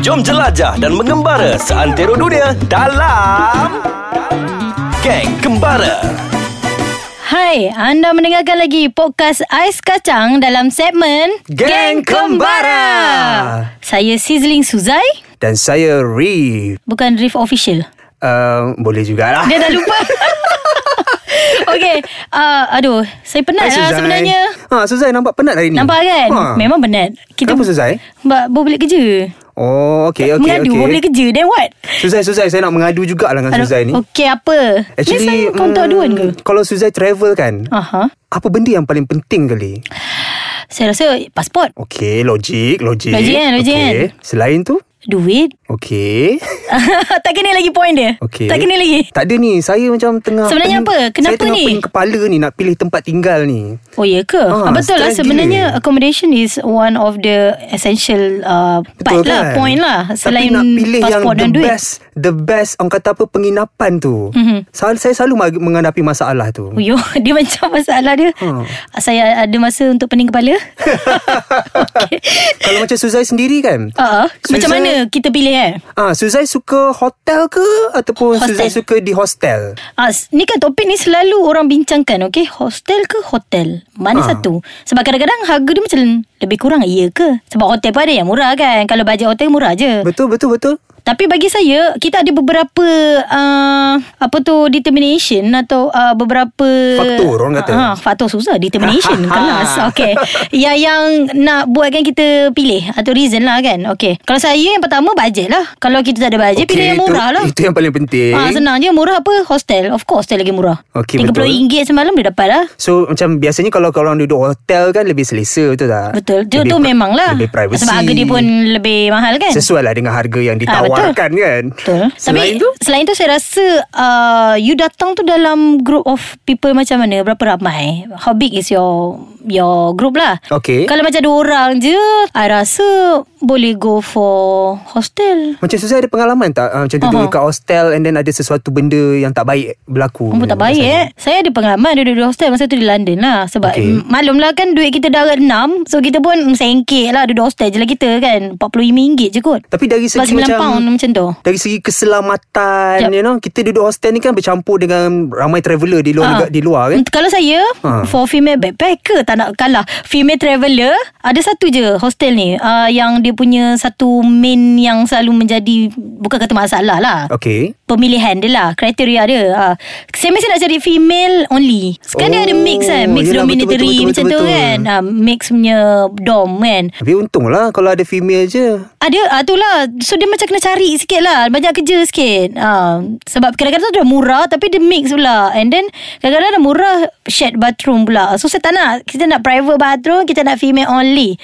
Jom jelajah dan mengembara seantero dunia dalam Geng Kembara. Hai, anda mendengarkan lagi podcast Ais Kacang dalam segmen Geng Kembara. Saya Sizzling Suzai, Dan saya Reef bukan Riff Official. uh, Boleh jugalah Dia dah lupa. Okey, uh, aduh, saya penat Hai, lah Suzai. sebenarnya. ha, Suzai nampak penat hari ni Ah. Nampak kan? Memang penat. Kenapa Suzai? Mbak, baru balik kerja. Oh okay, okay Mengadu, baru okay. balik kerja. Then what? Suzai, Suzai Saya nak mengadu jugalah dengan Aduh, Suzai ni Okey, apa? Ni saya Actually kau untuk mm, aduan ke? Ah. Kalau Suzai travel kan Aha. Apa benda yang paling penting kali? Saya rasa pasport, Okay, logik, logik Logik kan, logik okay. kan. Selain tu duit. Okay tak kena lagi point dia. Okay Tak kena lagi. Tak ada ni Saya macam tengah Sebenarnya pening- apa? Kenapa Saya tengah ni? pening kepala ni Nak pilih tempat tinggal ni Oh ya ke? Ah, Ah, betul lah stress sebenarnya gila. accommodation is one of the essential uh, part lah, point lah selain kan? Tapi nak pilih yang pasport the dan duit. best The best Orang kata apa Penginapan tu Mhm. Sel- Saya selalu mag- menghadapi masalah tu Uyuh, dia macam masalah dia. Hmm. Saya ada masa untuk pening kepala. okay. Kalau macam Suzai sendiri kan Uh, Susah. macam mana kita pilih eh? Ah, Suzai suka hotel ke Ataupun Hostel. Suzai suka di hostel Ah, s- ni kan topik ni selalu orang bincangkan okay? Hostel ke hotel Mana Ah. satu Sebab kadang-kadang harga dia macam Lebih kurang iya ke Sebab hotel pun ada yang murah kan Kalau bajet hotel murah je Betul betul betul Tapi bagi saya kita ada beberapa uh, apa tu determination atau uh, beberapa Faktor, orang kata. Ah, faktor susah determination kelas. Okey. Yang yang nak buatkan kita pilih atau reason lah kan. Okey. Kalau saya yang pertama bajet lah. Kalau kita tak ada bajet okay, pilih yang itu, murah lah. Itu yang paling penting Ah senang je murah apa hostel. Of course hostel lagi murah. Okey, betul. RM30 semalam dia dapat lah. So macam biasanya kalau orang duduk hotel kan lebih selesa betul tak? Betul. Tu, Ah, Lebih tu pri- memang lah. Lebih privacy. Sebab harga dia pun lebih mahal kan. sesuai lah dengan harga yang Ah, betul. ditawarkan kan. Betul. Selain Tapi tu selain tu saya rasa uh, you datang tu dalam group of people macam mana? Berapa ramai? How big is your your group lah? Okay. Kalau macam dua orang je, I rasa boleh go for hostel. Macam Suzai ada pengalaman tak uh, Macam duduk Aha. kat hostel And then ada sesuatu benda Yang tak baik berlaku Kamu tak baik eh Saya ada pengalaman Duduk di hostel Masa tu di London lah Sebab Okey. okay. Malum lah kan Duit kita dah enam So kita pun mm, Sengkit lah Duduk hostel je lah kita kan RM45 je kot Tapi dari Sebab segi 9 macam pound macam tu Dari segi keselamatan Jap. You know Kita duduk hostel ni kan Bercampur dengan Ramai traveller Di luar, Ah. negara, di luar kan Mm, Kalau saya Ah. For female backpacker Tak nak kalah Female traveller Ada satu je hostel ni uh, Yang dia punya Satu main Yang selalu menjadi Bukan kata masalah lah Okay Pemilihan dia lah Kriteria dia uh, Saya mesti nak cari female only Sekarang dia Oh, ada mix kan Mix yelah, dormitory betul, betul, Macam betul, tu betul. kan uh, Mix punya dorm kan Tapi untunglah Kalau ada female je ada ah, tu lah So dia macam kena cari sikit lah Banyak kerja sikit ah, Sebab kadang-kadang tu dah murah Tapi dia mix pula And then Kadang-kadang dah murah Shared bathroom pula So saya tak nak Kita nak private bathroom Kita nak female only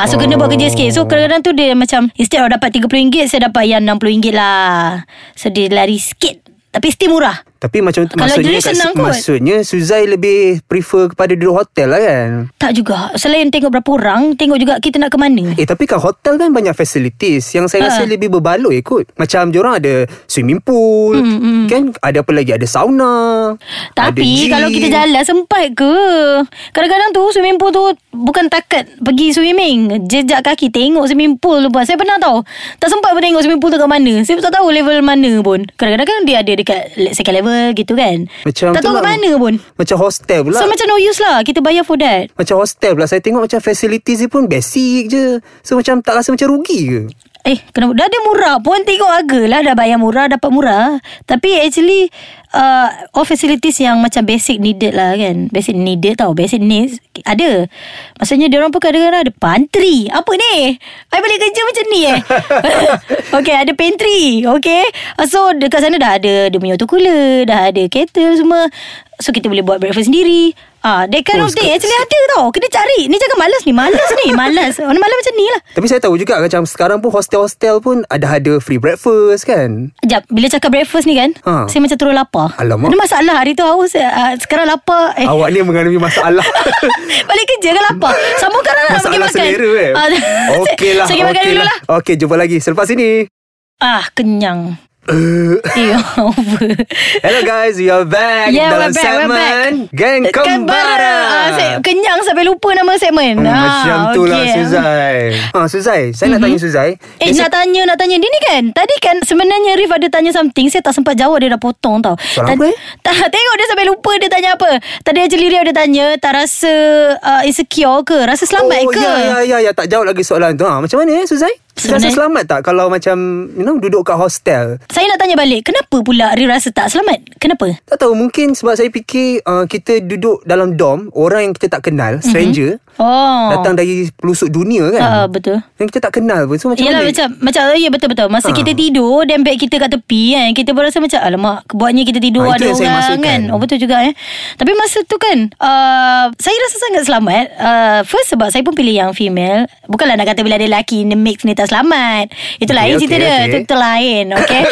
ah, So kena buat kerja sikit So kadang-kadang tu dia macam Instead of dapat RM30 Saya dapat yang RM60 lah So dia lari sikit Tapi still murah Tapi macam Kalau Maksudnya dia senang kot. Maksudnya Suzai lebih Prefer kepada duduk hotel lah kan Tak juga Selain tengok berapa orang Tengok juga kita nak ke mana Eh tapi kan hotel kan banyak facilities Yang saya Ha. rasa lebih berbaloi kot Macam diorang ada swimming pool mm, Kan ada apa lagi Ada sauna Hmm, Tapi ada kalau kita gym. jalan sempat ke? Kadang-kadang tu swimming pool tu bukan takat pergi swimming. Jejak kaki tengok swimming pool tu pun. Saya pernah tahu. Tak sempat pun tengok swimming pool tu kat mana. Saya pun tak tahu level mana pun. Kadang-kadang kan dia ada dekat le- second level gitu kan. Macam tak tu tahu lah. kat mana pun. Macam hostel pula So macam no use lah. Kita bayar for that. Macam hostel pula Saya tengok macam facilities dia pun basic je So macam tak rasa macam rugi ke Eh, kenapa? Dah ada murah pun tengok harga lah. Dah bayar murah, dapat murah. Tapi actually, uh, all facilities yang macam basic needed lah kan. Basic needed tau. Basic needs ada. Maksudnya, dia orang pun kadang-kadang ada pantry. Apa ni? I balik kerja macam ni eh. okay, ada pantry. Okay. Uh, So, dekat sana dah ada dia punya autocooler. Dah ada kettle semua. So, kita boleh buat breakfast sendiri. Ah, that kind Oh, of thing. seka- Actually ada tau. Kena cari. Ni jangan malas ni. Malas ni. Malas. Orang malas macam ni lah. Tapi saya tahu juga macam sekarang pun hostel-hostel pun ada ada free breakfast kan Sekejap Bila cakap breakfast ni kan Ha. ha. Saya macam terus lapar Alamak. Ada masalah hari tu haus uh, Sekarang lapar eh. Awak ni mengalami masalah Balik kerja kan lapar Sambung kan nak pergi Masalah makan selera eh Ah, Okey lah Saya pergi makan okey dulu lah Okey jumpa lagi selepas ini Ah kenyang Uh. Eh, over. Hello guys, we are back Yeah, we're dalam back, we're segmen Geng Kembara. Ah, saya kenyang sampai lupa nama segmen. Ah, Hmm, macam tu lah okey. Suzai. Ha, Suzai, saya nak tanya Suzai. Eh nak Biasa- tanya Nak tanya Dia ni kan Tadi kan sebenarnya Rif ada tanya something Saya tak sempat jawab Dia dah potong tau Soalan apa, eh? tak, Tengok dia sampai lupa Dia tanya apa Tadi actually Rif ada tanya Tak rasa uh, Insecure ke Rasa selamat oh, ke ya, ya, ya, ya, tak jawab lagi soalan tu. Ha, macam mana eh Suzai? Suzai rasa Sebenarnya- selamat tak kalau macam you know duduk kat hostel? Saya nak tanya balik Kenapa pula Rif rasa tak selamat Kenapa Tak tahu mungkin sebab saya fikir uh, kita duduk dalam dom orang yang kita tak kenal, stranger Mhm. Oh datang dari pelusuk dunia kan. Ah, betul. Yang kita tak kenal pun. So macam Yelah mana? macam Macam ya betul-betul Masa Ha. ha. kita tidur Dan beg kita kat tepi kan Kita berasa macam Alamak Buatnya kita tidur Ha, ha, itu Ada yang saya orang maksudkan. kan Oh betul juga eh Tapi masa tu kan uh, Saya rasa sangat selamat uh, First sebab Saya pun pilih yang female Bukanlah nak kata Bila ada lelaki Ni mix ni tak selamat Itu Okay, lain okay, cerita dia okay. Itu kita lain Okay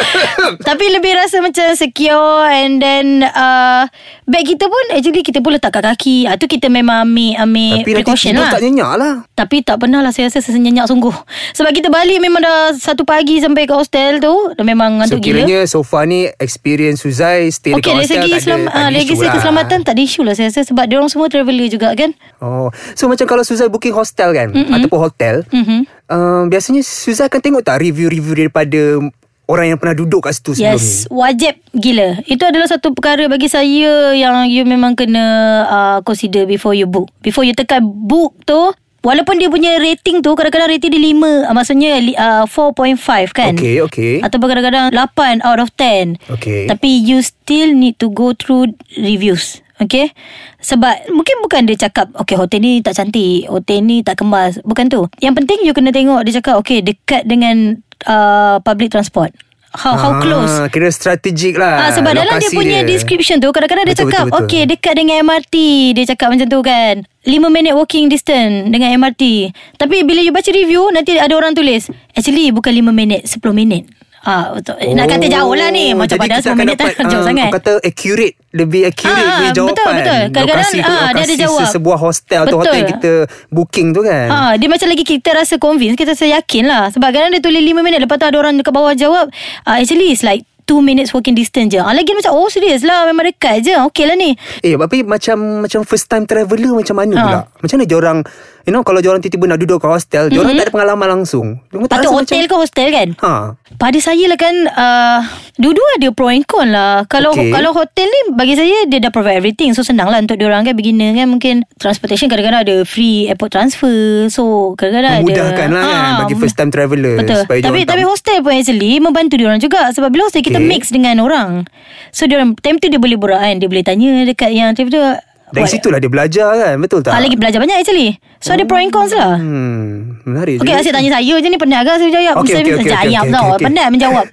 Tapi lebih rasa macam secure And then uh, Beg kita pun Actually kita pun letak kat kaki Itu kita memang ambil, ambil Tapi nanti precaution tidur lah tak nyenyak lah. tapi tak pernah lah saya rasa sesenyenyak sungguh Sebab kita balik memang dah Satu pagi sampai ke hostel tu Dah memang So ngantuk gila kiranya so far ni experience Suzai stay Okey dari dekat hostel segi, tak selam, ada, tak ah, ada dari issue segi lah. keselamatan tak ada isu lah saya rasa Sebab diorang semua traveller juga kan Oh, so macam kalau Suzai booking hostel kan mm-hmm. ataupun hotel, mm-hmm. um, biasanya Suzai akan tengok tak review-review daripada orang yang pernah duduk kat situ sebelum Yes ni. wajib gila Itu adalah satu perkara bagi saya Yang you memang kena uh, consider before you book Before you tekan book tu Walaupun dia punya rating tu Kadang-kadang rating dia 5 Maksudnya li- uh, 4.5 kan Okay, okay. Atau kadang-kadang 8 out of 10 Okay. Tapi you still need to go through reviews Okay Sebab mungkin bukan dia cakap Okay hotel ni tak cantik Hotel ni tak kemas Bukan tu Yang penting you kena tengok Dia cakap okay dekat dengan uh, Public transport How, how close Ah, Kira strategik lah. Ah, sebab dalam dia lokasi punya description tu Kadang-kadang dia Betul, cakap betul, betul. Okay dekat dengan MRT Dia cakap macam tu kan 5 minit walking distance Dengan MRT Tapi bila you baca review Nanti ada orang tulis Actually bukan 5 minit 10 minit Ah, betul. Oh, nak kata jauh lah ni Macam jadi padahal 10 kita akan minit tak dapat, jauh ah, sangat orang Kata accurate Lebih accurate Ah, punya betul, jawapan betul. Kadang-kadang, Lokasi ah, tu dia ada lokasi jawab. Sesebuah hostel atau hotel yang Betul. kita Booking tu kan Ha, dia macam lagi kita rasa convinced Kita rasa yakin lah Sebab kadang dia tulis 5 minit Lepas tu ada orang dekat bawah jawab uh, Actually it's like 2 minutes walking distance je ah, Lagi macam oh serius lah Memang dekat je Okay lah ni Eh tapi macam Macam first time traveller Macam mana Ha. pula Macam mana diorang You know kalau diorang tiba-tiba nak duduk kat hostel Diorang tak ada pengalaman langsung Diorang Mm-hmm. tak Patut rasa hotel macam, ke hostel kan Ha Pada saya lah kan uh, Dua-dua ada pro and con lah Kalau Okey. okay. kalau hotel ni Bagi saya Dia dah provide everything So senang lah untuk diorang kan Beginner kan mungkin Transportation kadang-kadang ada Free airport transfer So kadang-kadang ada Memudahkan lah kan Ah, Bagi first time traveller Betul supaya Tapi diorang tak- tapi hostel pun actually Membantu diorang juga Sebab bila hostel kita Okey. mix dengan orang So diorang Time tu dia boleh borak kan Dia boleh tanya dekat yang Time tu Dari what- situlah dia belajar kan Betul tak Ah, lagi belajar banyak actually So ada pro and cons lah Hmm Menarik Okey, juga. asyik tanya saya je ni penat ke saya jawab? Okey, saya okey, minta okey, okey, jayap okey, tau. okey. Penat menjawab.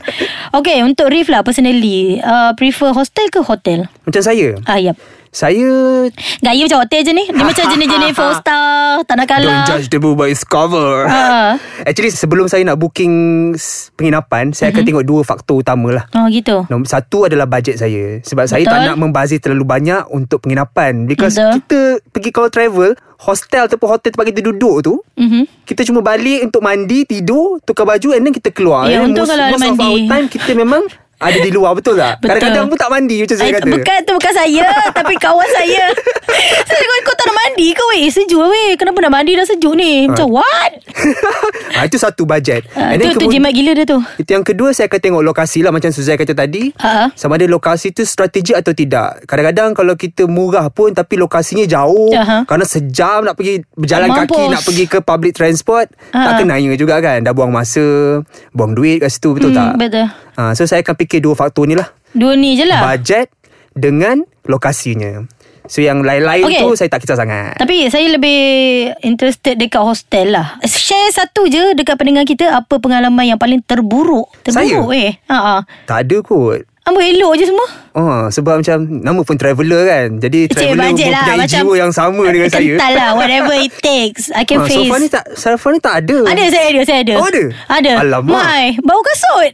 Okey, untuk Rif lah personally, uh, prefer hostel ke hotel? Macam saya Ah, yap. Saya Gaya macam hotel je ni. Dia macam jenis-jenis four star, tak nak kalah. Don't judge the book by its cover. Ah. Actually sebelum saya nak booking s- penginapan, saya Mm-hmm. akan tengok dua faktor utama lah. Oh, gitu. Nombor satu adalah bajet saya Sebab saya Betul. tak nak membazir terlalu banyak Untuk penginapan Because Betul. kita pergi kalau travel Hostel ataupun hotel tempat kita duduk tu Mhm. Kita cuma balik untuk mandi Tidur Tukar baju And then kita keluar Ya, And then untung most, kalau ada most of mandi. our time Kita memang ada di luar Betul tak? Betul. Kadang-kadang pun tak mandi Macam saya Ay, kata bukan tu bukan saya Tapi kawan saya Saya kau, kau tak nak mandi ke weh Sejuk lah, weh Kenapa nak mandi dah sejuk ni Macam what ha, Itu satu bajet ah, Ah. And then Tu, tu kemudian- jimat gila dia tu Itu yang kedua saya akan tengok lokasi lah Macam Suzai kata tadi Ha. Sama ada lokasi tu strategik atau tidak Kadang-kadang kalau kita murah pun Tapi lokasinya jauh Aha. Kerana sejam nak pergi Berjalan Ya, ha. Mampus. kaki nak pergi ke public transport Tak Ha. kenanya juga kan Dah buang masa Buang duit kat situ betul Hmm, tak? betul. ha, So saya akan fikir dua faktor ni lah Dua ni je lah Bajet dengan lokasinya So yang lain-lain Okey. tu saya tak kisah sangat Tapi saya lebih interested dekat hostel lah. Share satu je dekat pendengar kita apa pengalaman yang paling terburuk. Terburuk eh. Ha ah. Tak ada kot Ambo elok je semua. Oh, sebab macam nama pun traveller kan. Jadi traveller budget mempunyai jiwa yang sama dengan kental saya. lah. Kental lah whatever it takes. I can Ah, face. Sofa ni tak Sofa ni tak ada Ada saya ada saya ada. Oh, ada? Ada. Alamak. My, bau kasut.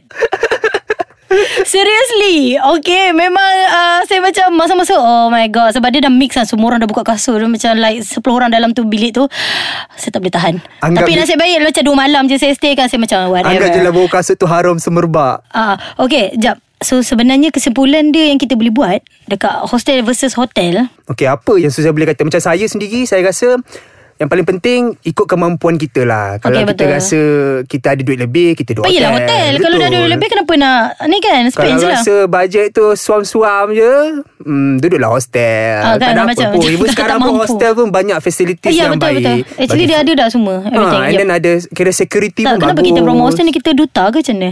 Seriously Okay Memang uh, Saya macam Masa-masa Oh my god Sebab dia dah mix lah Semua orang dah buka kasur Dia macam like 10 orang dalam tu bilik tu Saya tak boleh tahan Anggap Tapi dia- nasib baik Macam 2 malam je saya stay kan Saya macam whatever Anggap je lah bau kasut tu harum semerbak Ah, okay, jap. So sebenarnya kesimpulan dia yang kita boleh buat dekat hostel versus hotel. Okey, apa yang Suzai boleh kata? Macam saya sendiri, saya rasa yang paling penting ikut kemampuan kita lah. Kalau Okey, kita betul. rasa kita ada duit lebih, kita duduk Pagilah lah hotel. hotel. Kalau dah ada duit lebih kenapa nak ni kan kalau spend je lah. rasa bajet tu suam-suam je hmm, Duduklah hostel Ah, kan, Tak ada apa macam- pun macam Even tak sekarang pun mampu. hostel pun Banyak facilities Ya yang betul baik betul. Actually dia ada dah semua everything. ha, And Yep. then ada Kira security Tak, pun kenapa bagus kita promo hostel ni kita duta ke macam mana?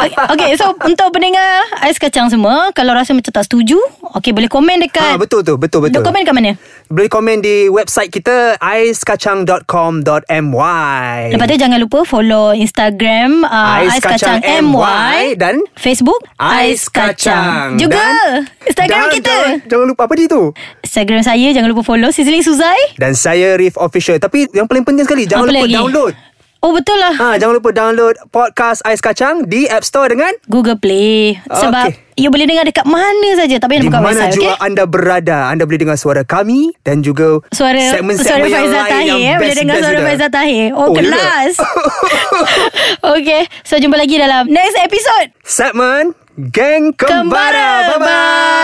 okay, okay, so untuk pendengar Ais Kacang semua, kalau rasa macam tak setuju, okay boleh komen ha, dekat... Betul tu Betul betul Eh. Dia komen kat mana? Boleh komen di website kita Aiskacang.com.my Lepas tu jangan lupa follow Instagram uh, Ais, Kacang, MY dan Facebook Ais Kacang. Juga Dan- Instagram Dan kita jangan, jangan lupa apa dia tu Instagram saya Jangan lupa follow Sizzling Suzai Dan saya Rif Official Tapi yang paling penting sekali Jangan Apa lupa lagi? download Oh betul lah ha. Ha, jangan lupa download podcast Ais Kacang di App Store dengan Google Play Sebab Ah, Okey. You boleh dengar dekat mana saja Tak payah nak di buka mana website juga okay? anda berada. Anda boleh dengar suara kami dan juga Suara Suara segmen-segmen yang Faizal lain Tahir yang eh. Boleh best- dengar best suara dia. Faizal Tahir Oh, Oh, ya ke? kelas Okay So jumpa lagi dalam Next episode Segmen Geng Kembara. Kembara. Bye-bye.